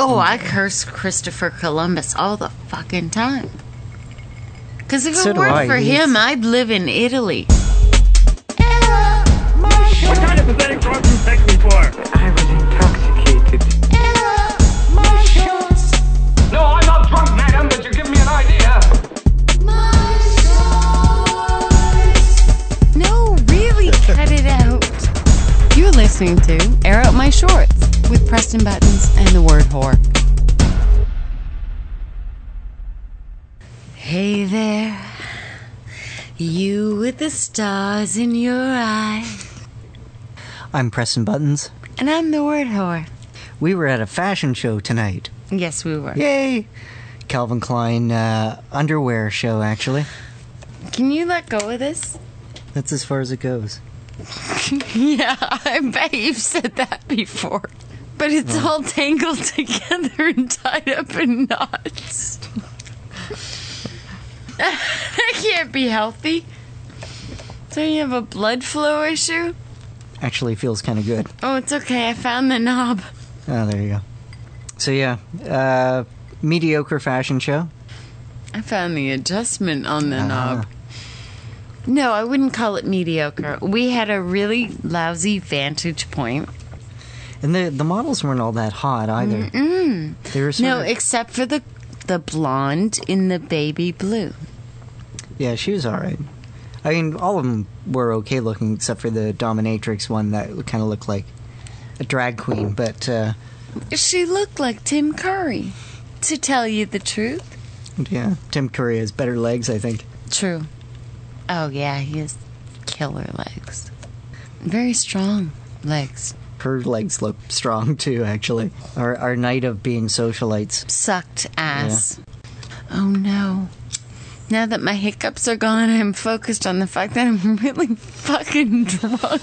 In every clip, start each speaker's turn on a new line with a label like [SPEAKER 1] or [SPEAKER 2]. [SPEAKER 1] Oh, I curse Christopher Columbus all the fucking time. Because if
[SPEAKER 2] So
[SPEAKER 1] it
[SPEAKER 2] do
[SPEAKER 1] weren't
[SPEAKER 2] I.
[SPEAKER 1] for
[SPEAKER 2] He's-
[SPEAKER 1] him, I'd live in Italy.
[SPEAKER 3] What kind of pathetic drunk you take me for?
[SPEAKER 4] I was intoxicated.
[SPEAKER 3] No, I'm not drunk, madam, but you give me an idea.
[SPEAKER 5] No, really, cut it out. You're listening to Air Out My Shorts with Preston Buttons and the word whore.
[SPEAKER 1] Hey there, you with the stars in your eye.
[SPEAKER 2] I'm pressing buttons.
[SPEAKER 1] And I'm the word whore.
[SPEAKER 2] We were at a fashion show tonight.
[SPEAKER 1] Yes, we were.
[SPEAKER 2] Yay! Calvin Klein uh, underwear show, actually.
[SPEAKER 1] Can you let go of this?
[SPEAKER 2] That's as far as it goes.
[SPEAKER 1] yeah, I bet you've said that before. But it's all tangled together and tied up in knots. that can't be healthy. So you have a blood flow issue?
[SPEAKER 2] Actually feels kind of good.
[SPEAKER 1] Oh, it's okay. I found the knob.
[SPEAKER 2] Oh, there you go. So, yeah, uh, mediocre fashion show.
[SPEAKER 1] I found the adjustment on the knob. No, I wouldn't call it mediocre. We had a really lousy vantage point.
[SPEAKER 2] And the, the models weren't all that hot either. They were sort
[SPEAKER 1] No,
[SPEAKER 2] of-
[SPEAKER 1] except for the the blonde in the baby blue.
[SPEAKER 2] yeah, she was all right. I mean, all of them were okay looking except for the dominatrix one that kind of looked like a drag queen, but uh,
[SPEAKER 1] She looked like Tim Curry, to tell you the truth.
[SPEAKER 2] yeah, Tim Curry has better legs, I think.
[SPEAKER 1] True. Oh yeah, he has killer legs. Very strong legs.
[SPEAKER 2] Her legs look strong too, actually. Our, our night of being socialites.
[SPEAKER 1] Sucked ass. Oh no. Now that my hiccups are gone, I'm focused on the fact that I'm really fucking drunk.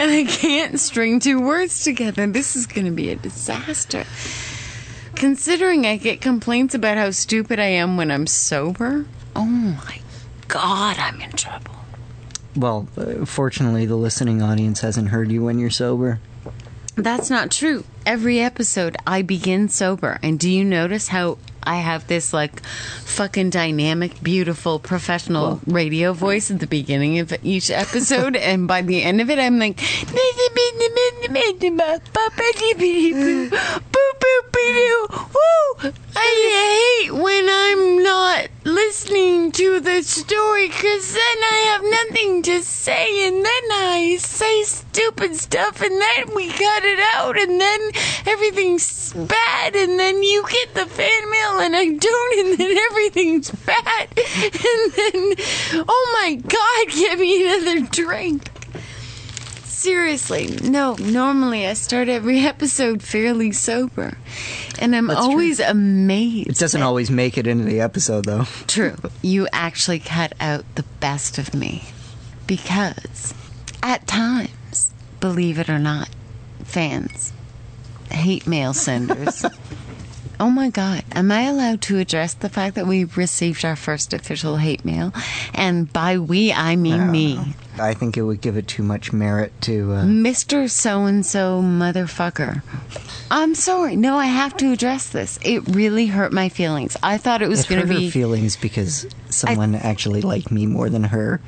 [SPEAKER 1] and I can't string two words together. This is going to be a disaster. Considering I get complaints about how stupid I am when I'm sober, oh my God, I'm in trouble.
[SPEAKER 2] Well, uh, fortunately, the listening audience hasn't heard you when you're sober.
[SPEAKER 1] That's not true. Every episode, I begin sober. And do you notice how I have this like fucking dynamic, beautiful, professional radio voice at the beginning of each episode? and by the end of it, I'm like, Woo! I hate when I'm not listening to the story because then I have nothing to say, and then I say stupid stuff, and then we cut it out, and then everything's bad, and then you get the fan mail, and I don't, and then everything's bad, and then oh my god, give me another drink. Seriously, no. Normally, I start every episode fairly sober, and I'm
[SPEAKER 2] That's true.
[SPEAKER 1] always amazed.
[SPEAKER 2] It doesn't
[SPEAKER 1] at-
[SPEAKER 2] always make it into the episode, though.
[SPEAKER 1] True. You actually cut out the best of me because at times, believe it or not, fans, hate mail senders. oh my God, am I allowed to address the fact that we received our first official hate mail? And by we, I mean me.
[SPEAKER 2] I think it would give it too much merit to. Uh,
[SPEAKER 1] Mm, Mr. So and so motherfucker. I'm sorry. No, I have to address this. It really hurt my feelings. I thought it was
[SPEAKER 2] it
[SPEAKER 1] going
[SPEAKER 2] hurt
[SPEAKER 1] to
[SPEAKER 2] her
[SPEAKER 1] be.
[SPEAKER 2] feelings because someone actually liked me more than her,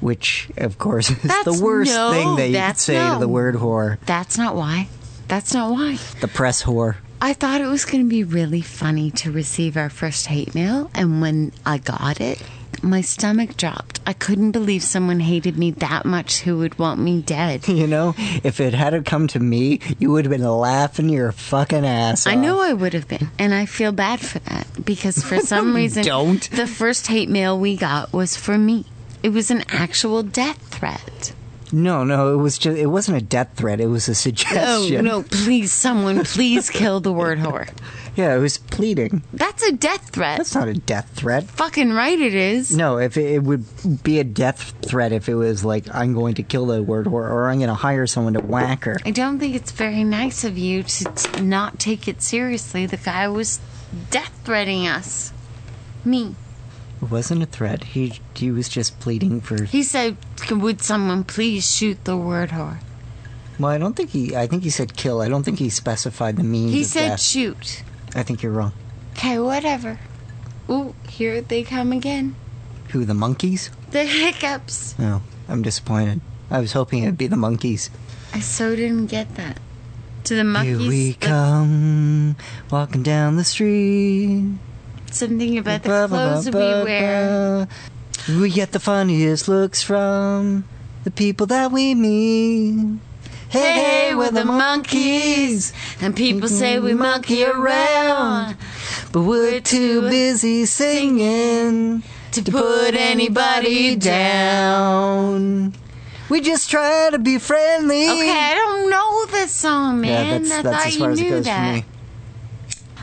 [SPEAKER 2] which, of course, is
[SPEAKER 1] That's
[SPEAKER 2] the worst
[SPEAKER 1] no,
[SPEAKER 2] thing that you could
[SPEAKER 1] that's
[SPEAKER 2] say
[SPEAKER 1] no.
[SPEAKER 2] to the word whore,
[SPEAKER 1] That's not why. That's not why.
[SPEAKER 2] the press whore.
[SPEAKER 1] I thought it was going to be really funny to receive our first hate mail. And when I got it, my stomach dropped. I couldn't believe someone hated me that much who would want me dead.
[SPEAKER 2] You know, if it had come to me, you would have been laughing your fucking ass
[SPEAKER 1] I
[SPEAKER 2] off.
[SPEAKER 1] know I would have been. And I feel bad for that because for some reason,
[SPEAKER 2] don't.
[SPEAKER 1] the first hate mail we got was for me. It was an actual death threat.
[SPEAKER 2] No, no, it was just it wasn't a death threat. It was a
[SPEAKER 1] Oh,
[SPEAKER 2] suggestion.
[SPEAKER 1] no, please, someone, please kill the word whore.
[SPEAKER 2] Yeah, it was pleading.
[SPEAKER 1] That's a death threat.
[SPEAKER 2] That's not a death threat.
[SPEAKER 1] Fucking right, it is.
[SPEAKER 2] No, if it, it would be a death threat if it was like I'm going to kill the word whore or I'm going to hire someone to whack her.
[SPEAKER 1] I don't think it's very nice of you to t- not take it seriously. The guy was death threatening us. Me.
[SPEAKER 2] It wasn't a threat. He he was just pleading for
[SPEAKER 1] He said, Would someone please shoot the word whore?
[SPEAKER 2] Well, I don't think he. I think he said kill. I don't think he specified the means.
[SPEAKER 1] He
[SPEAKER 2] of
[SPEAKER 1] said
[SPEAKER 2] death.
[SPEAKER 1] shoot.
[SPEAKER 2] I think you're wrong.
[SPEAKER 1] Okay, whatever. Ooh, here they come again.
[SPEAKER 2] Who the monkeys?
[SPEAKER 1] The hiccups.
[SPEAKER 2] No, I'm disappointed. I was hoping it'd be the monkeys.
[SPEAKER 1] I so didn't get that. To the
[SPEAKER 2] Here
[SPEAKER 1] monkeys.
[SPEAKER 2] we
[SPEAKER 1] the-
[SPEAKER 2] come, walking down the street.
[SPEAKER 1] Something about the
[SPEAKER 2] Ba, ba,
[SPEAKER 1] clothes we
[SPEAKER 2] ba, ba,
[SPEAKER 1] wear.
[SPEAKER 2] ba. We get the funniest looks from the people that we meet. Hey, hey, we're the monkeys, Mm-hmm.
[SPEAKER 1] And people say we monkey around
[SPEAKER 2] but we're too busy singing
[SPEAKER 1] to put anybody down.
[SPEAKER 2] down. We just try to be friendly.
[SPEAKER 1] Okay, I don't know this song,
[SPEAKER 2] Yeah,
[SPEAKER 1] man.
[SPEAKER 2] that's,
[SPEAKER 1] I
[SPEAKER 2] that's
[SPEAKER 1] thought
[SPEAKER 2] as far
[SPEAKER 1] you
[SPEAKER 2] as it
[SPEAKER 1] knew
[SPEAKER 2] goes
[SPEAKER 1] that.
[SPEAKER 2] for me.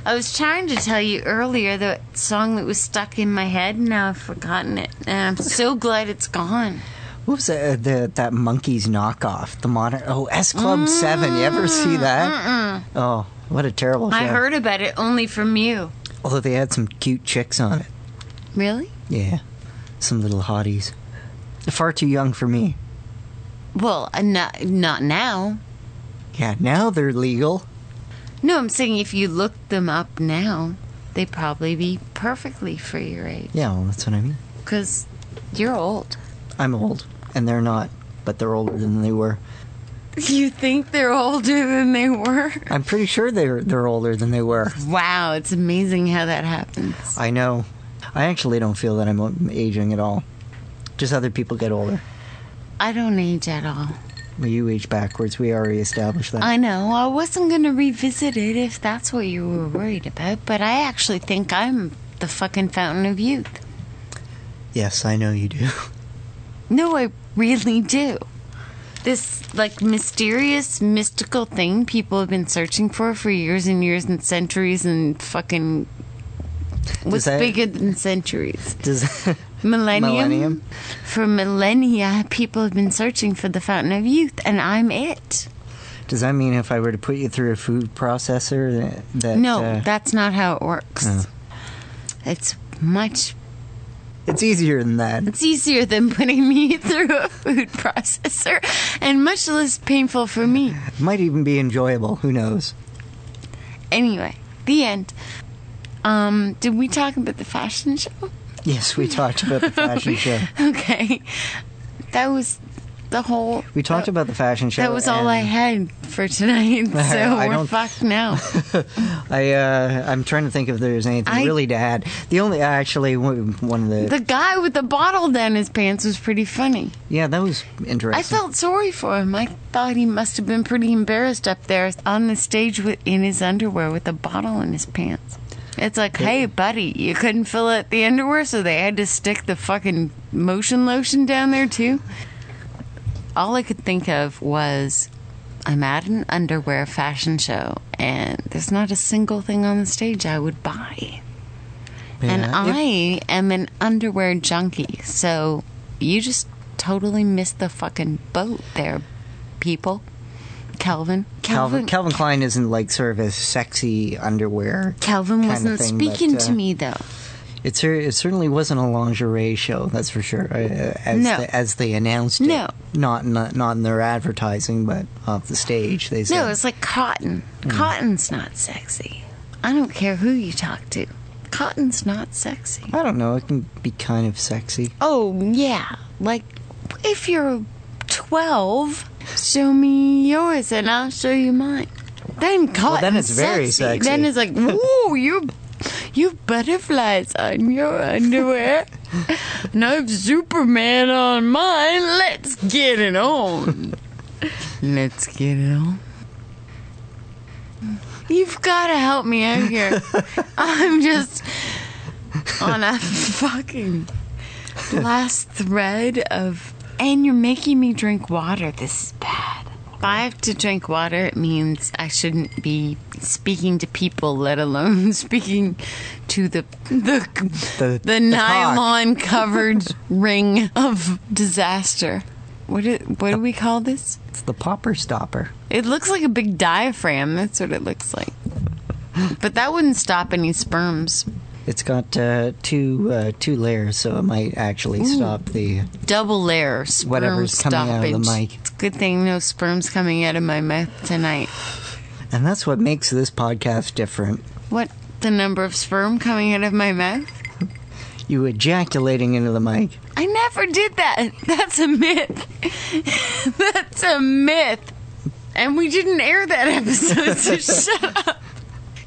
[SPEAKER 1] I was trying to tell you earlier the song that was stuck in my head, and now I've forgotten it. And I'm so glad it's gone.
[SPEAKER 2] What was that, the, that monkey's knockoff? The modern. Oh, S Club 7. You ever see that? Oh, what a terrible show.
[SPEAKER 1] I heard about it only from you.
[SPEAKER 2] Although they had some cute chicks on it.
[SPEAKER 1] Really?
[SPEAKER 2] Yeah. Some little hotties. Far too young for me.
[SPEAKER 1] Well, uh, not not now.
[SPEAKER 2] Yeah, now they're legal.
[SPEAKER 1] No, I'm saying if you looked them up now, they'd probably be perfectly for your age
[SPEAKER 2] Yeah, well, that's what I mean.
[SPEAKER 1] because you're old.
[SPEAKER 2] I'm old, and they're not, but they're older than they were.
[SPEAKER 1] You think they're older than they were?
[SPEAKER 2] I'm pretty sure they're they're older than they were.
[SPEAKER 1] Wow, it's amazing how that happens.
[SPEAKER 2] I know. I actually don't feel that I'm aging at all. Just other people get older.
[SPEAKER 1] I don't age at all.
[SPEAKER 2] Well, you age backwards. We already established that.
[SPEAKER 1] I know. I wasn't going to revisit it if that's what you were worried about, but I actually think I'm the fucking fountain of youth.
[SPEAKER 2] yes, I know you do.
[SPEAKER 1] No, I really do. This, like, mysterious, mystical thing people have been searching for for years and years and centuries and fucking. What's
[SPEAKER 2] that-
[SPEAKER 1] bigger than centuries?
[SPEAKER 2] Does
[SPEAKER 1] Millennium.
[SPEAKER 2] Millennium?
[SPEAKER 1] For millennia, people have been searching for the fountain of youth, and I'm it.
[SPEAKER 2] Does that mean if I were to put you through a food processor that, that
[SPEAKER 1] No,
[SPEAKER 2] uh,
[SPEAKER 1] that's not how it works.
[SPEAKER 2] Oh.
[SPEAKER 1] It's much
[SPEAKER 2] it's easier than that.
[SPEAKER 1] it's easier than putting me through a food processor and much less painful for me.
[SPEAKER 2] It might even be enjoyable. Who knows?
[SPEAKER 1] Anyway, the end. Um, did we talk about the fashion show?
[SPEAKER 2] Yes, we talked about the fashion show.
[SPEAKER 1] Okay. That was the whole
[SPEAKER 2] We talked about the fashion show.
[SPEAKER 1] that was all I
[SPEAKER 2] and
[SPEAKER 1] had for tonight, so
[SPEAKER 2] I
[SPEAKER 1] we're
[SPEAKER 2] don't-
[SPEAKER 1] fucked now.
[SPEAKER 2] I uh, I'm trying to think if there's anything
[SPEAKER 1] I-
[SPEAKER 2] really to add. The only actually one one of the,
[SPEAKER 1] The guy with the bottle down his pants was pretty funny.
[SPEAKER 2] yeah that was interesting.
[SPEAKER 1] I felt sorry for him. I thought he must have been pretty embarrassed up there on the stage with, in his underwear with a bottle in his pants. It's like, hey, buddy, you couldn't fill out the underwear, so they had to stick the fucking motion lotion down there, too. All I could think of was I'm at an underwear fashion show, and there's not a single thing on the stage I would buy. And
[SPEAKER 2] Yeah.
[SPEAKER 1] I am an underwear junkie, so you just totally missed the fucking boat there, people. Calvin.
[SPEAKER 2] Calvin Calvin Klein isn't like sort of a sexy underwear.
[SPEAKER 1] Calvin
[SPEAKER 2] kinda
[SPEAKER 1] wasn't
[SPEAKER 2] thing,
[SPEAKER 1] speaking
[SPEAKER 2] but, uh,
[SPEAKER 1] to me though.
[SPEAKER 2] It, cer- it certainly wasn't a lingerie show, that's for sure. uh, As
[SPEAKER 1] No.
[SPEAKER 2] the- as they announced it,
[SPEAKER 1] No.
[SPEAKER 2] not not not in their advertising, but off the stage they said
[SPEAKER 1] No, it's like cotton.
[SPEAKER 2] Hmm.
[SPEAKER 1] Cotton's not sexy. I don't care who you talk to. Cotton's not sexy.
[SPEAKER 2] I don't know. It can be kind of sexy.
[SPEAKER 1] Oh yeah, like if you're 12, show me yours and I'll show you mine. Then cotton.
[SPEAKER 2] it's very sexy.
[SPEAKER 1] Then it's like, ooh, you, you butterflies on your underwear, and I've Superman on mine. Let's get it on. Let's get it on. You've got to help me out here. I'm just on a fucking last thread of. And you're making me drink water. This is bad. If I have to drink water, it means I shouldn't be speaking to people, let alone speaking to the the
[SPEAKER 2] The,
[SPEAKER 1] the, nylon covered ring of disaster. What do, what do we call this?
[SPEAKER 2] It's the popper stopper.
[SPEAKER 1] It looks like a big diaphragm. That's what it looks like. But that wouldn't stop any sperms.
[SPEAKER 2] It's got uh, two uh, two layers, so it might actually stop the
[SPEAKER 1] Double layer sperm
[SPEAKER 2] Whatever's coming out of the
[SPEAKER 1] stoppage.
[SPEAKER 2] mic.
[SPEAKER 1] It's a good thing no sperm's coming out of my mouth tonight.
[SPEAKER 2] And that's what makes this podcast different.
[SPEAKER 1] What? The number of sperm coming out of my mouth?
[SPEAKER 2] You ejaculating into the mic.
[SPEAKER 1] I never did that. That's a myth. That's a myth. And we didn't air that episode, so shut up.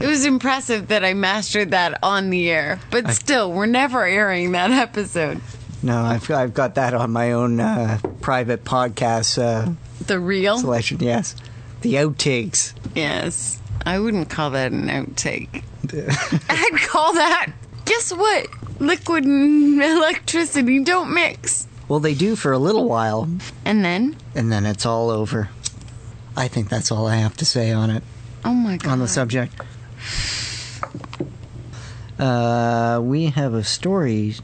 [SPEAKER 1] It was impressive that I mastered that on the air, but still, we're never airing that episode.
[SPEAKER 2] No, I've, I've got that on my own uh, private podcast uh,
[SPEAKER 1] The real?
[SPEAKER 2] selection, yes. The outtakes.
[SPEAKER 1] Yes. I wouldn't call that an outtake. I'd call that, guess what? Liquid and electricity don't mix.
[SPEAKER 2] Well, they do for a little while,
[SPEAKER 1] And then,
[SPEAKER 2] and then it's all over. I think that's all I have to say on it,
[SPEAKER 1] oh my god.
[SPEAKER 2] on the subject. Uh, we have a story.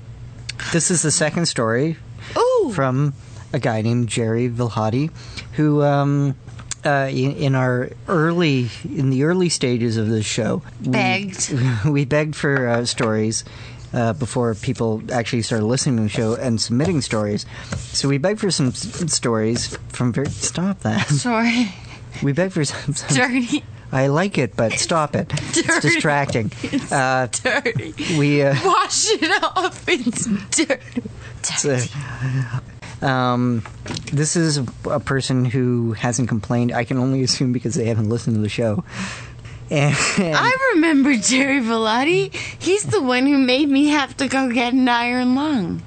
[SPEAKER 2] This is the second story
[SPEAKER 1] Ooh!
[SPEAKER 2] from a guy named Jerry Vilhadi, who um, uh, in, in our early in the early stages of this show we-
[SPEAKER 1] Begged.
[SPEAKER 2] We begged for uh, stories. Uh, before people actually started listening to the show and submitting stories, so we begged for some s- stories from very. Stop that.
[SPEAKER 1] Sorry.
[SPEAKER 2] We begged for some. some
[SPEAKER 1] Dirty.
[SPEAKER 2] I like it, but stop it. It's
[SPEAKER 1] Dirty.
[SPEAKER 2] distracting. Uh,
[SPEAKER 1] Dirty.
[SPEAKER 2] we. Uh,
[SPEAKER 1] wash it off. It's dirty.
[SPEAKER 2] um, this is a person who hasn't complained. I can only assume because they haven't listened to the show. And
[SPEAKER 1] I remember Jerry Velotti. He's the one who made me have to go get an iron lung.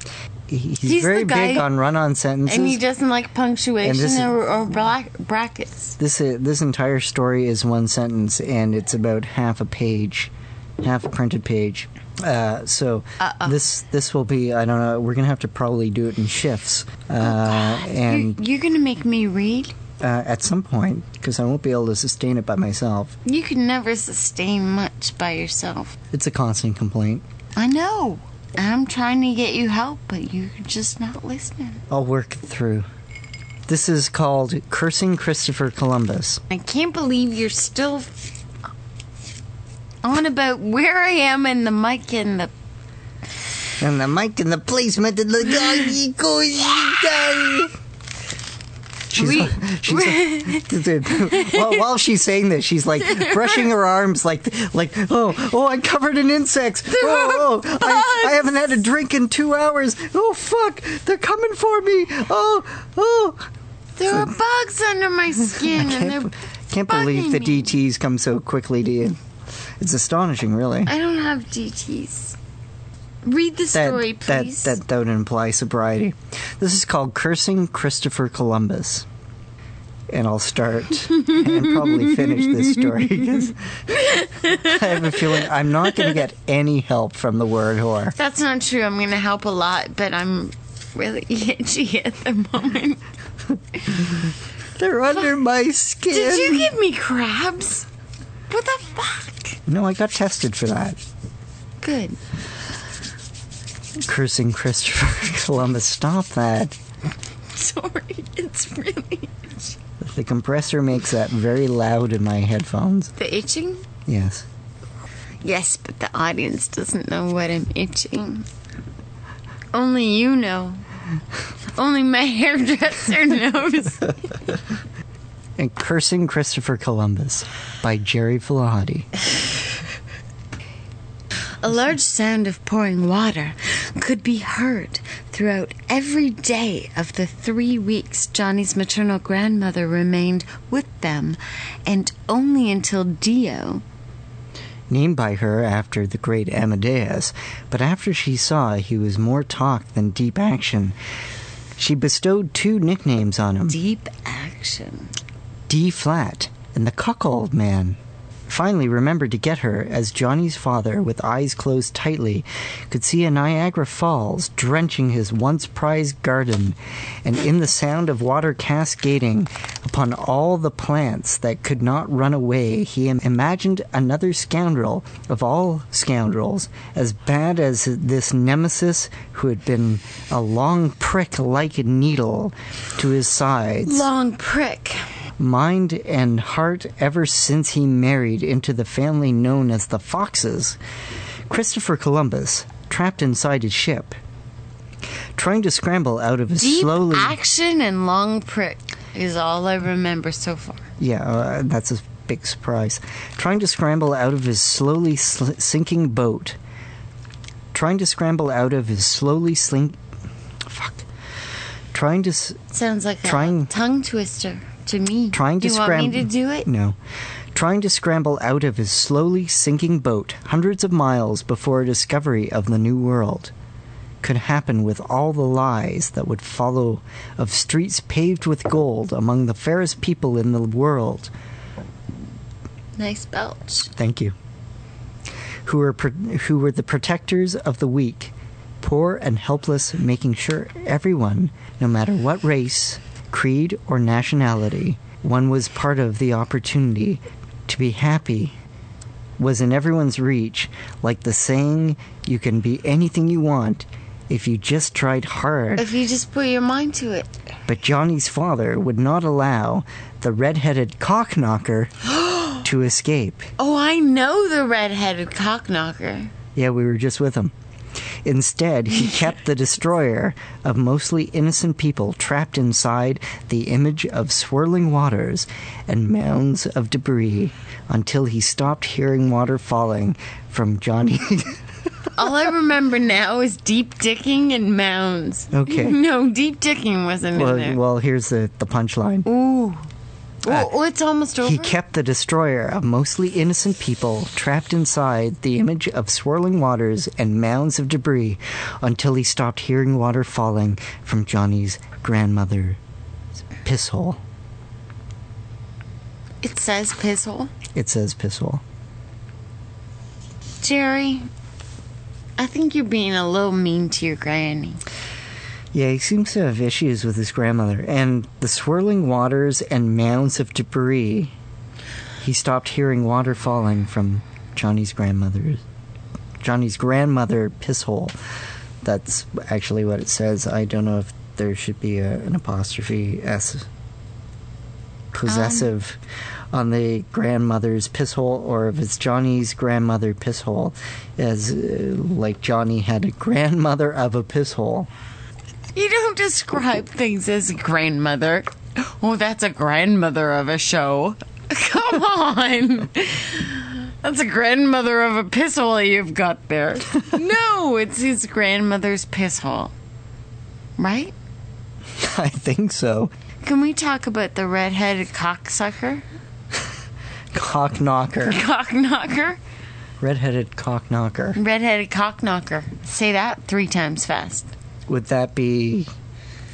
[SPEAKER 2] he's,
[SPEAKER 1] he's
[SPEAKER 2] very
[SPEAKER 1] the guy-
[SPEAKER 2] big on run-on sentences.
[SPEAKER 1] And he doesn't like
[SPEAKER 2] And
[SPEAKER 1] punctuation
[SPEAKER 2] this is-
[SPEAKER 1] or, or black, brackets.
[SPEAKER 2] this uh, this entire story is one sentence, and it's about half a page, half a printed page. Uh, so this this will be I don't know. We're gonna have to probably do it in shifts,
[SPEAKER 1] Oh,
[SPEAKER 2] uh,
[SPEAKER 1] You're,
[SPEAKER 2] and
[SPEAKER 1] you're going to make me read?
[SPEAKER 2] uh, at some point because I won't be able to sustain it by myself.
[SPEAKER 1] You can never sustain much by yourself.
[SPEAKER 2] It's a constant complaint.
[SPEAKER 1] I know. I'm trying to get you help, but you're just not listening.
[SPEAKER 2] I'll work it through. This is called Cursing Christopher Columbus.
[SPEAKER 1] I can't believe you're still on about where I am and the mic and the
[SPEAKER 2] And the mic and the placement and the doggy goes. She's,
[SPEAKER 1] We-
[SPEAKER 2] she's while, while she's saying this, she's like brushing her arms, like like oh oh I'm covered in insects. Oh, oh I, I haven't had a drink in two hours. Oh fuck, they're coming for me. Oh oh.
[SPEAKER 1] There are bugs under my skin, and
[SPEAKER 2] I can't,
[SPEAKER 1] they're.
[SPEAKER 2] b- can't believe
[SPEAKER 1] bugging
[SPEAKER 2] the
[SPEAKER 1] me.
[SPEAKER 2] DTs come so quickly to you. It's astonishing, really.
[SPEAKER 1] I don't have DTs. Read the
[SPEAKER 2] that,
[SPEAKER 1] story,
[SPEAKER 2] that,
[SPEAKER 1] please.
[SPEAKER 2] that that would imply sobriety. This is called cursing Christopher Columbus. And I'll start and probably finish this story because I have a feeling I'm not going to get any help from the word whore.
[SPEAKER 1] That's not true. I'm going to help a lot, but I'm really itchy at the moment.
[SPEAKER 2] They're under my skin.
[SPEAKER 1] Did you give me crabs? What the fuck?
[SPEAKER 2] no, I got tested for that.
[SPEAKER 1] Good.
[SPEAKER 2] Cursing Christopher Columbus. Stop that.
[SPEAKER 1] Sorry. It's really.
[SPEAKER 2] The compressor makes that very loud in my headphones.
[SPEAKER 1] The itching?
[SPEAKER 2] Yes.
[SPEAKER 1] Yes, but the audience doesn't know what I'm itching. Only you know. Only my hairdresser knows.
[SPEAKER 2] and Cursing Christopher Columbus by Jerry Filahadi.
[SPEAKER 1] A large sound of pouring water could be heard throughout every day of the three weeks Johnny's maternal grandmother remained with them, and only until Dio.
[SPEAKER 2] Named by her after the great Amadeus, but after she saw he was more talk than deep action, she bestowed two nicknames on him
[SPEAKER 1] Deep action.
[SPEAKER 2] D Flat and the Cuckold Man. Finally, remembered to get her as Johnny's father, with eyes closed tightly, could see a Niagara Falls drenching his once prized garden, and in the sound of water cascading upon all the plants that could not run away, he im- imagined another scoundrel of all scoundrels, as bad as this nemesis who had been a long prick like a needle to his sides
[SPEAKER 1] Long prick.
[SPEAKER 2] mind and heart ever since he married into the family known as the Foxes. Christopher Columbus, trapped inside his ship, trying to scramble out of his
[SPEAKER 1] Deep
[SPEAKER 2] slowly.
[SPEAKER 1] action and long prick is all I remember so far.
[SPEAKER 2] Yeah, uh, that's a big surprise. Trying to scramble out of his slowly sl- sinking boat. Trying to scramble out of his slowly slink. Fuck. Trying to. S-
[SPEAKER 1] Sounds like
[SPEAKER 2] Trying-
[SPEAKER 1] a tongue twister to me.
[SPEAKER 2] trying to
[SPEAKER 1] Do you
[SPEAKER 2] scramble.
[SPEAKER 1] want me to do it?
[SPEAKER 2] No. Trying to scramble out of his slowly sinking boat hundreds of miles before a discovery of the new world could happen with all the lies that would follow of streets paved with gold among the fairest people in the world
[SPEAKER 1] Nice belch.
[SPEAKER 2] Thank you. Who were pro- who were the protectors of the weak, poor and helpless, making sure everyone, no matter what race, creed, or nationality, one was part of the opportunity to be happy was in everyone's reach, like the saying, you can be anything you want if you just tried hard.
[SPEAKER 1] If you just put your mind to it.
[SPEAKER 2] But Johnny's father would not allow the red-headed cock knocker to escape.
[SPEAKER 1] Oh, I know the red-headed cock knocker.
[SPEAKER 2] Yeah, we were just with him. Instead, he kept the destroyer of mostly innocent people trapped inside the image of swirling waters and mounds of debris until he stopped hearing water falling from Johnny.
[SPEAKER 1] All I remember now is deep dicking and mounds.
[SPEAKER 2] Okay.
[SPEAKER 1] No, deep dicking wasn't in
[SPEAKER 2] well,
[SPEAKER 1] there.
[SPEAKER 2] well, here's the, the punchline.
[SPEAKER 1] Ooh. Oh, oh, it's almost over.
[SPEAKER 2] Uh, He kept the destroyer of mostly innocent people trapped inside the image of swirling waters and mounds of debris until he stopped hearing water falling from Johnny's grandmother's piss hole.
[SPEAKER 1] It says piss hole.
[SPEAKER 2] It says piss hole.
[SPEAKER 1] Jerry, I think you're being a little mean to your granny.
[SPEAKER 2] Yeah, he seems to have issues with his grandmother and the swirling waters and mounds of debris. He stopped hearing water falling from Johnny's grandmother's Johnny's grandmother piss hole. That's actually what it says. I don't know if there should be a, an apostrophe s possessive on the grandmother's piss hole or if it's Johnny's grandmother piss hole as uh, like Johnny had a grandmother of a piss hole.
[SPEAKER 1] You don't describe things as grandmother. Oh, that's a grandmother of a show. Come on. That's a grandmother of a piss hole you've got there. No, it's his grandmother's piss hole. Right?
[SPEAKER 2] I think so.
[SPEAKER 1] Can we talk about the red-headed cocksucker?
[SPEAKER 2] Cock knocker.
[SPEAKER 1] Cock knocker?
[SPEAKER 2] Redheaded cock knocker.
[SPEAKER 1] Red-headed cock knocker. Say that three times fast.
[SPEAKER 2] Would that be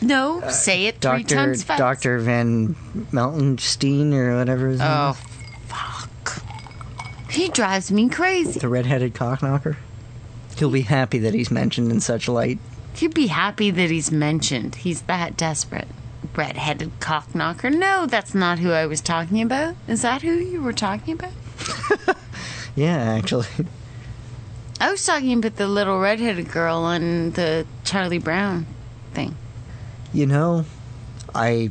[SPEAKER 1] No, say it three
[SPEAKER 2] Dr.
[SPEAKER 1] times fast.
[SPEAKER 2] Dr. Van Meltenstein or whatever his name
[SPEAKER 1] Oh,
[SPEAKER 2] is?
[SPEAKER 1] fuck. He drives me crazy.
[SPEAKER 2] The redheaded cock knocker? He'll be happy that he's mentioned in such light.
[SPEAKER 1] He'd be happy that he's mentioned. He's that desperate. Red-headed cock knocker. No, that's not who I was talking about. Is that who you were talking about?
[SPEAKER 2] Yeah, actually.
[SPEAKER 1] I was talking about the little red-headed girl on the Charlie Brown thing.
[SPEAKER 2] You know, I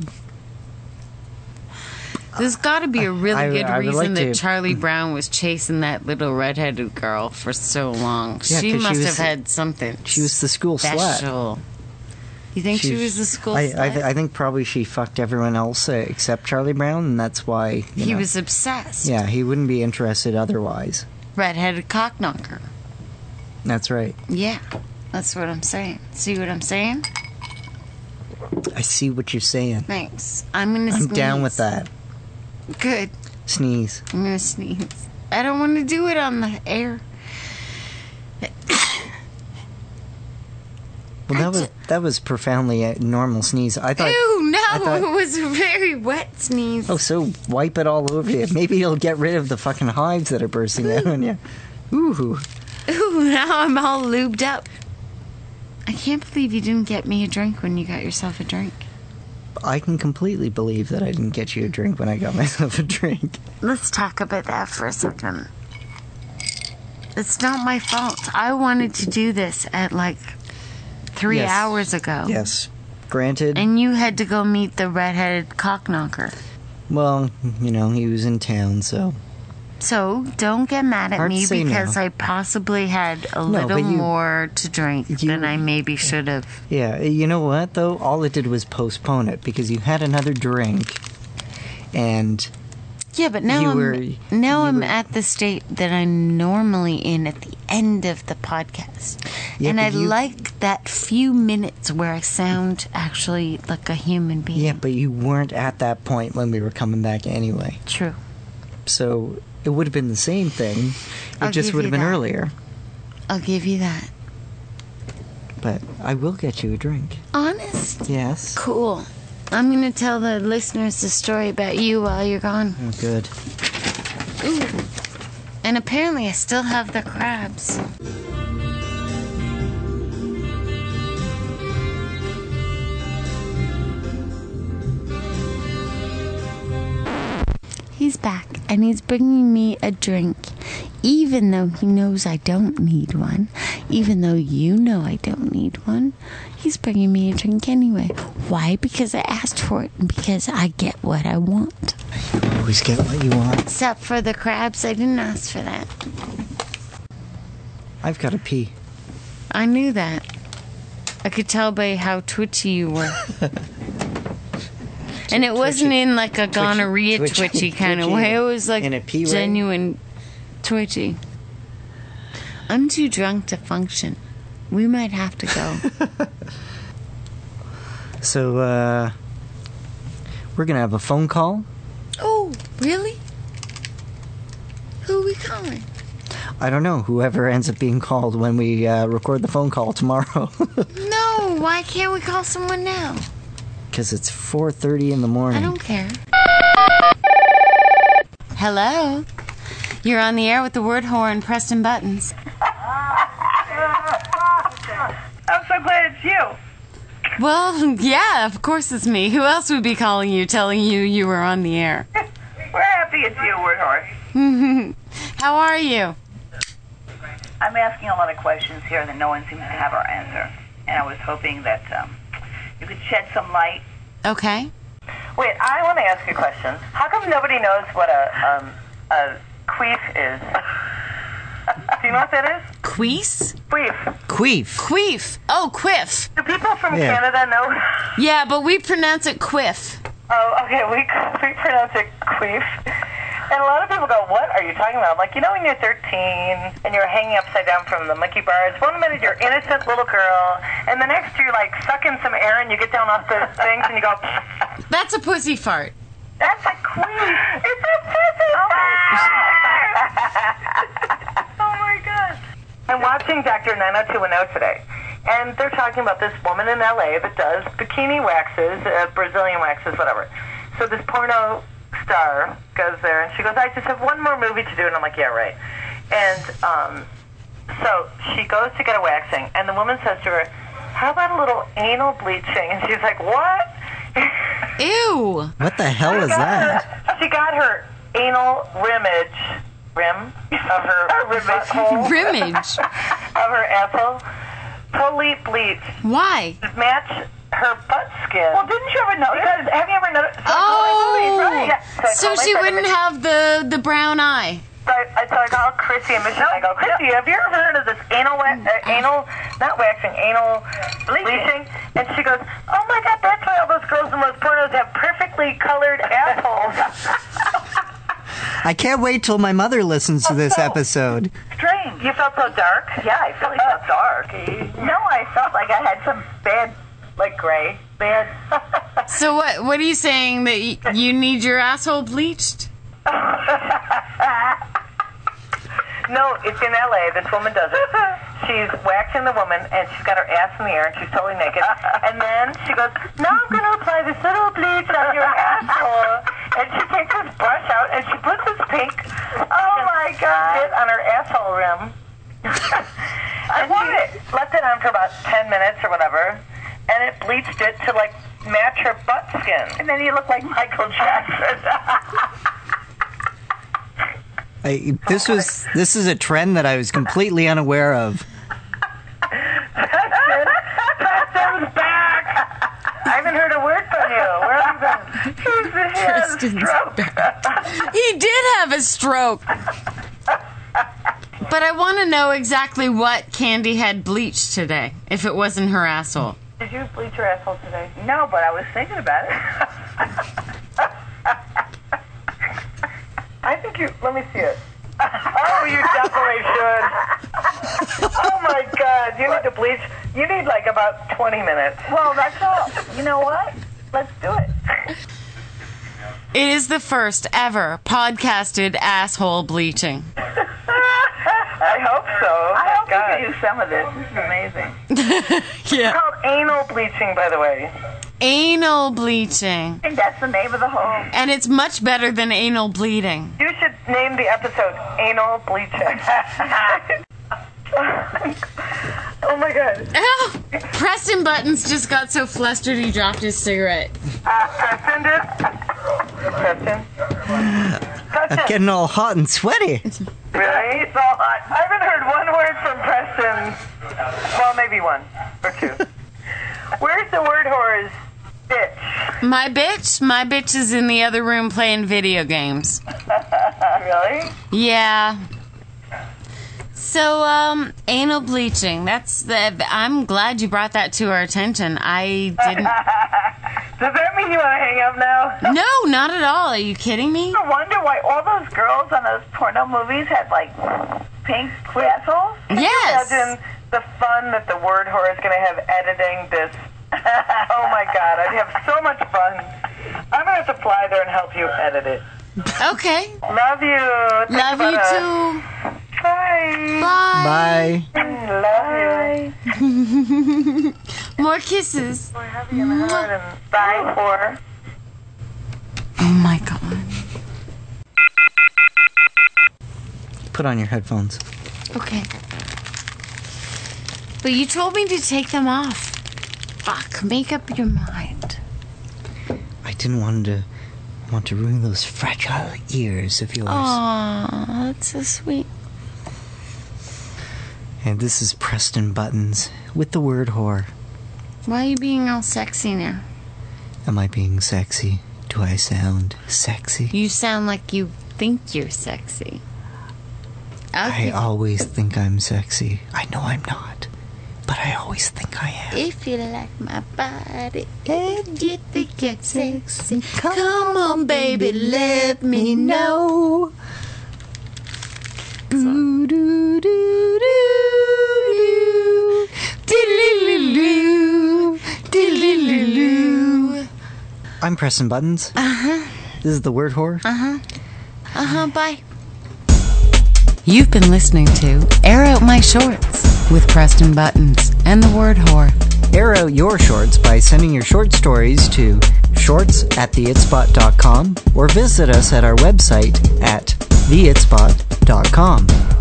[SPEAKER 1] There's got to be a really
[SPEAKER 2] I-
[SPEAKER 1] good
[SPEAKER 2] I would
[SPEAKER 1] reason
[SPEAKER 2] like
[SPEAKER 1] that
[SPEAKER 2] to-
[SPEAKER 1] Charlie Brown was chasing that little red-headed girl for so long.
[SPEAKER 2] Yeah,
[SPEAKER 1] she
[SPEAKER 2] 'cause she
[SPEAKER 1] must
[SPEAKER 2] was-
[SPEAKER 1] have had something.
[SPEAKER 2] she was the school slut.
[SPEAKER 1] special. You think she, was the school
[SPEAKER 2] I,
[SPEAKER 1] slut?
[SPEAKER 2] I, I think probably she fucked everyone else uh, except Charlie Brown, and that's why you
[SPEAKER 1] he
[SPEAKER 2] know.
[SPEAKER 1] was obsessed.
[SPEAKER 2] Yeah, he wouldn't be interested otherwise.
[SPEAKER 1] Redheaded cock knocker.
[SPEAKER 2] That's right.
[SPEAKER 1] Yeah. That's what I'm saying. See what I'm saying?
[SPEAKER 2] I see what you're saying.
[SPEAKER 1] Thanks. I'm gonna
[SPEAKER 2] I'm
[SPEAKER 1] sneeze.
[SPEAKER 2] down with that.
[SPEAKER 1] Good.
[SPEAKER 2] Sneeze.
[SPEAKER 1] I'm gonna sneeze. I don't wanna do it on the air.
[SPEAKER 2] Well, that was that was profoundly a normal sneeze. Oh, I thought.
[SPEAKER 1] Ew, no,
[SPEAKER 2] thought-
[SPEAKER 1] it was a very wet sneeze.
[SPEAKER 2] Oh, so wipe it all over you. Maybe it'll get rid of the fucking hives that are bursting out on you. Ooh,
[SPEAKER 1] Ooh, now I'm all lubed up. I can't believe you didn't get me a drink when you got yourself a drink.
[SPEAKER 2] I can completely believe that I didn't get you a drink when I got myself a drink.
[SPEAKER 1] Let's talk about that for a second. It's not my fault. I wanted to do this at like three
[SPEAKER 2] Yes.
[SPEAKER 1] hours ago.
[SPEAKER 2] Yes, granted.
[SPEAKER 1] And you had to go meet the redheaded cock knocker.
[SPEAKER 2] well, you know he was in town, so
[SPEAKER 1] So don't get mad at
[SPEAKER 2] Hard to
[SPEAKER 1] me
[SPEAKER 2] say
[SPEAKER 1] because
[SPEAKER 2] now.
[SPEAKER 1] I possibly had a
[SPEAKER 2] No,
[SPEAKER 1] little
[SPEAKER 2] but you-
[SPEAKER 1] more to drink
[SPEAKER 2] you-
[SPEAKER 1] than I maybe should have.
[SPEAKER 2] Yeah, you know what though? All it did was postpone it because you had another drink, and
[SPEAKER 1] Yeah, but now
[SPEAKER 2] You
[SPEAKER 1] I'm
[SPEAKER 2] were-
[SPEAKER 1] now
[SPEAKER 2] you
[SPEAKER 1] I'm
[SPEAKER 2] were-
[SPEAKER 1] at the state that I'm normally in at the end of the podcast,
[SPEAKER 2] Yeah,
[SPEAKER 1] and
[SPEAKER 2] but
[SPEAKER 1] I
[SPEAKER 2] you-
[SPEAKER 1] like that few minutes where I sound actually like a human being.
[SPEAKER 2] yeah, but you weren't at that point when we were coming back anyway.
[SPEAKER 1] True.
[SPEAKER 2] So it would have been the same thing. It
[SPEAKER 1] I'll
[SPEAKER 2] just
[SPEAKER 1] give
[SPEAKER 2] would
[SPEAKER 1] you
[SPEAKER 2] have been
[SPEAKER 1] that.
[SPEAKER 2] earlier.
[SPEAKER 1] I'll give you that.
[SPEAKER 2] But I will get you a drink.
[SPEAKER 1] Honest.
[SPEAKER 2] Yes.
[SPEAKER 1] Cool. I'm gonna tell the listeners the story about you while you're gone.
[SPEAKER 2] Oh, good.
[SPEAKER 1] And apparently, I still have the crabs. He's back and he's bringing me a drink, even though he knows I don't need one, even though you know I don't need one. He's bringing me a drink anyway. Why? Because I asked for it and because I get what I want.
[SPEAKER 2] Always get what you want.
[SPEAKER 1] Except for the crabs, I didn't ask for that.
[SPEAKER 2] I've got to pee.
[SPEAKER 1] I knew that. I could tell by how twitchy you were. and it wasn't
[SPEAKER 2] Twitchy.
[SPEAKER 1] in like a gonorrhea
[SPEAKER 2] twitchy,
[SPEAKER 1] twitchy, kind of
[SPEAKER 2] twitchy
[SPEAKER 1] way. It was like
[SPEAKER 2] in a pee way?
[SPEAKER 1] genuine twitchy. I'm too drunk to function. We might have to go.
[SPEAKER 2] So uh, we're gonna have a phone call.
[SPEAKER 1] oh, really? Who are we calling?
[SPEAKER 2] I don't know whoever ends up being called when we uh, record the phone call tomorrow,
[SPEAKER 1] No, why can't we call someone now?
[SPEAKER 2] because it's 4:30 in the
[SPEAKER 1] I
[SPEAKER 2] morning.
[SPEAKER 1] don't care. Hello. You're on the air with the word horn, Preston Buttons.
[SPEAKER 6] I'm so glad it's you.
[SPEAKER 1] Well, yeah, of course it's me. Who else would be calling you, telling you you were on the air?
[SPEAKER 6] We're happy it's you, Woodhorse.
[SPEAKER 1] How are you?
[SPEAKER 6] I'm asking a lot of questions here that no one seems to have our answer, and I was hoping that um, you could shed some light.
[SPEAKER 1] Okay.
[SPEAKER 6] Wait, I want to ask you a question. How come nobody knows what a um, a queef is? Do you know what that is?
[SPEAKER 1] Queef?
[SPEAKER 6] Queef.
[SPEAKER 2] Queef.
[SPEAKER 1] Queef. Oh, quiff.
[SPEAKER 6] Do people from
[SPEAKER 2] Yeah.
[SPEAKER 6] Canada know?
[SPEAKER 1] Yeah, but we pronounce it quiff.
[SPEAKER 6] Oh, okay. We we pronounce it queef. And a lot of people go, "What are you talking about?" I'm like, you know, when you're 13 and you're hanging upside down from the monkey bars. One minute you're innocent little girl, and the next you're like sucking some air, and you get down off those things, and you go,
[SPEAKER 1] That's a pussy fart.
[SPEAKER 6] "That's a queef. It's a pussy oh oh my gosh! I'm watching oh Dr. 90210 today, and they're talking about this woman in LA that does bikini waxes, uh, Brazilian waxes, whatever. So this porno star goes there, and she goes, "I just have one more movie to do," and I'm like, "Yeah, right." And um, so she goes to get a waxing, and the woman says to her, "How about a little anal bleaching?" And she's like, "What?"
[SPEAKER 1] Ew.
[SPEAKER 2] What the hell is that?
[SPEAKER 6] She got her anal rimage, rim of her butthole,
[SPEAKER 1] Rimmage.
[SPEAKER 6] of her asshole, totally bleached
[SPEAKER 1] Why?
[SPEAKER 6] to match her butt skin. Well, didn't you ever notice? Because have you ever noticed?
[SPEAKER 1] Oh. So she wouldn't have
[SPEAKER 6] have.
[SPEAKER 1] the, the brown eye.
[SPEAKER 6] So I, so I call Chrissy and Michelle. I go, Chrissy, have you ever heard of this anal, wa- uh, anal, not waxing, anal bleaching. And she goes, Oh my God, that's why all those girls in those pornos have perfectly colored assholes.
[SPEAKER 2] I can't wait till my mother listens to this episode.
[SPEAKER 6] strange. You felt so dark? Yeah, I felt so dark. No, I felt like I had some bad, like gray, bad.
[SPEAKER 1] So what? What are you saying that y- you need your asshole bleached?
[SPEAKER 6] no, it's in LA. This woman does it. She's waxing the woman, and she's got her ass in the air, and she's totally naked. And then she goes, Now I'm going to apply this little bleach on your asshole. And she takes this brush out, and she puts this pink, oh my God, on her asshole rim. I want it. Left it on for about ten minutes or whatever, and it bleached it to like match her butt skin. And then you look like Michael Jackson.
[SPEAKER 2] I, this was this is a trend that I was completely unaware of.
[SPEAKER 6] Preston's back. I haven't heard a word from you. Where have you been? has a
[SPEAKER 1] Preston's
[SPEAKER 6] stroke.
[SPEAKER 1] He did have a stroke. But I want to know exactly what Candy had bleached today, if it wasn't her asshole.
[SPEAKER 6] Did you bleach your asshole today? No, but I was thinking about it. I think you. Let me see it. oh, you definitely should. oh my God, you need to bleach. You need like about 20 minutes. Well, that's all. You know what? Let's do it.
[SPEAKER 1] It is the first ever podcasted asshole bleaching.
[SPEAKER 6] I hope so. I hope you can use some of this. This is amazing.
[SPEAKER 1] Yeah.
[SPEAKER 6] It's called anal bleaching, by the way.
[SPEAKER 1] Anal bleaching.
[SPEAKER 6] I think that's the name of the whole.
[SPEAKER 1] And it's much better than anal bleeding.
[SPEAKER 6] You should name the episode Anal Bleaching. oh my god.
[SPEAKER 1] Oh, Preston Buttons just got so flustered he dropped his cigarette.
[SPEAKER 6] Preston did? Preston? Preston,
[SPEAKER 2] Getting all hot and sweaty.
[SPEAKER 6] really? He's all hot. I haven't heard one word from Preston. Well, maybe one or two. Where's the word horrors? Bitch.
[SPEAKER 1] My bitch, my bitch is in the other room playing video games.
[SPEAKER 6] Really?
[SPEAKER 1] Yeah. So, um, anal bleaching. That's the. I'm glad you brought that to our attention. I didn't.
[SPEAKER 6] Does that mean you want to hang up now?
[SPEAKER 1] No, not at all. Are you kidding me?
[SPEAKER 6] I wonder why all those girls on those porno movies had like pink assholes. Can
[SPEAKER 1] Yes.
[SPEAKER 6] you imagine the fun that the word whore is going to have editing this? oh my god, I'd have so much fun. I'm going to have to fly there and help you edit it.
[SPEAKER 1] Okay.
[SPEAKER 6] Love you. Think
[SPEAKER 1] Love you
[SPEAKER 6] about us.
[SPEAKER 1] too.
[SPEAKER 6] Bye.
[SPEAKER 1] Bye.
[SPEAKER 2] Bye.
[SPEAKER 6] Love you.
[SPEAKER 1] More kisses.
[SPEAKER 6] We're happy in the heart and bye for.
[SPEAKER 1] Oh my god.
[SPEAKER 2] Put on your headphones.
[SPEAKER 1] Okay. But you told me to take them off. Fuck. Make up your mind.
[SPEAKER 2] I didn't want to want to ruin those fragile ears of yours.
[SPEAKER 1] Aw, that's so sweet.
[SPEAKER 2] And this is Preston Buttons with the word whore.
[SPEAKER 1] Why are you being all sexy now?
[SPEAKER 2] Am I being sexy? Do I sound sexy?
[SPEAKER 1] You sound like you think you're sexy.
[SPEAKER 2] I
[SPEAKER 1] Okay.
[SPEAKER 2] always think I'm sexy. I know I'm not, but I always think I am.
[SPEAKER 1] If you like my body, if you think it's sexy, come on, baby, let me know.
[SPEAKER 2] Doo, doo, doo, doo, doo. Diddly-loo-loo. Diddly-loo-loo. I'm pressing buttons. Uh-huh. This is the word whore.
[SPEAKER 1] Uh huh, bye. You've been listening to Air Out My Shorts with Preston Buttons and the word whore.
[SPEAKER 2] Air out your shorts by sending your short stories to shorts at theitspot.com or visit us at our website at theitspot.com.